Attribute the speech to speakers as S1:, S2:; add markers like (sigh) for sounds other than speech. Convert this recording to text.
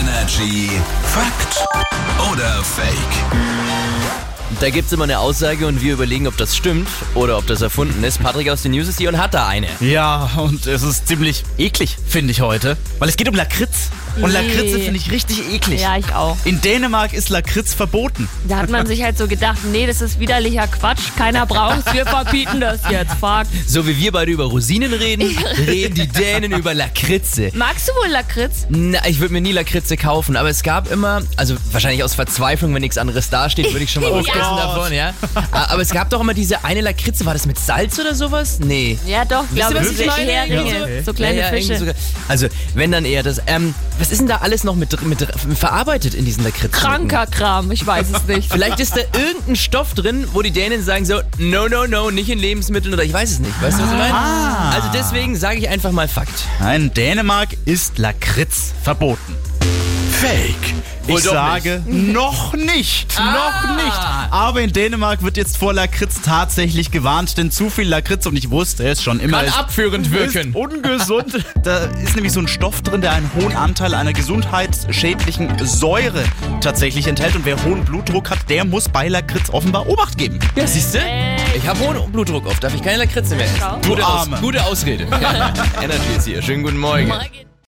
S1: Energy Fakt oder Fake?
S2: Da gibt es immer eine Aussage und wir überlegen, ob das stimmt oder ob das erfunden ist. Patrick aus den News ist hier und hat da eine.
S3: Ja, und es ist ziemlich eklig, finde ich heute. Weil es geht um Lakritz. Und
S4: Nee.
S3: Lakritze finde ich richtig eklig.
S4: Ja, ich auch.
S3: In Dänemark ist Lakritz verboten.
S4: Da hat man sich halt so gedacht, nee, das ist widerlicher Quatsch, keiner braucht's, wir verbieten das jetzt. Fuck.
S2: So wie wir beide über Rosinen reden, reden die Dänen über Lakritze.
S4: Magst du wohl Lakritz?
S2: Na, ich würde mir nie Lakritze kaufen, aber es gab immer, also wahrscheinlich aus Verzweiflung, wenn nichts anderes dasteht, würde ich schon mal was
S4: Ja.
S2: essen
S3: Oh Gott.
S2: davon,
S4: (laughs)
S2: ja. A- Aber es gab doch immer diese eine Lakritze, war das mit Salz oder sowas? Nee.
S4: Ja, doch,
S2: Wisst ihr,
S4: glaube
S2: was
S4: ich.
S2: ich
S4: Diese
S2: meine?
S4: Heringe,
S2: Ja,
S3: okay.
S4: so kleine
S2: ja, ja, irgendwie
S4: Fische.
S2: sogar- also, wenn dann eher das. Ähm, was ist denn da alles noch mit, dr- mit dr- verarbeitet in diesen Lakritze?
S4: Kranker Kram, ich weiß es
S2: (laughs)
S4: nicht.
S2: Vielleicht ist da irgendein Stoff drin, wo die Dänen sagen so, no, no, no, nicht in Lebensmitteln oder ich weiß es nicht. Weißt du, was ich meine? Also deswegen sage ich einfach mal Fakt.
S3: Nein, in Dänemark ist Lakritz verboten.
S1: Fake.
S3: ich
S2: doch
S3: sage noch nicht, noch nicht. Aber in Dänemark wird jetzt vor Lakritz tatsächlich gewarnt, denn zu viel Lakritz und ich wusste es schon immer. ist-
S2: abführend
S3: Ist ungesund. da ist nämlich so ein Stoff drin, der einen hohen Anteil einer gesundheitsschädlichen Säure tatsächlich enthält. Und wer hohen Blutdruck hat, der muss bei Lakritz offenbar Obacht geben.
S2: Ja, siehst du? Ich habe hohen Blutdruck oft, darf ich keine Lakritze mehr essen.
S4: Schau.
S3: Du
S2: Gute, Aus (laughs)
S3: Arme.
S2: gute Ausrede. Energy ist hier. Schönen guten Morgen.
S4: Morgen.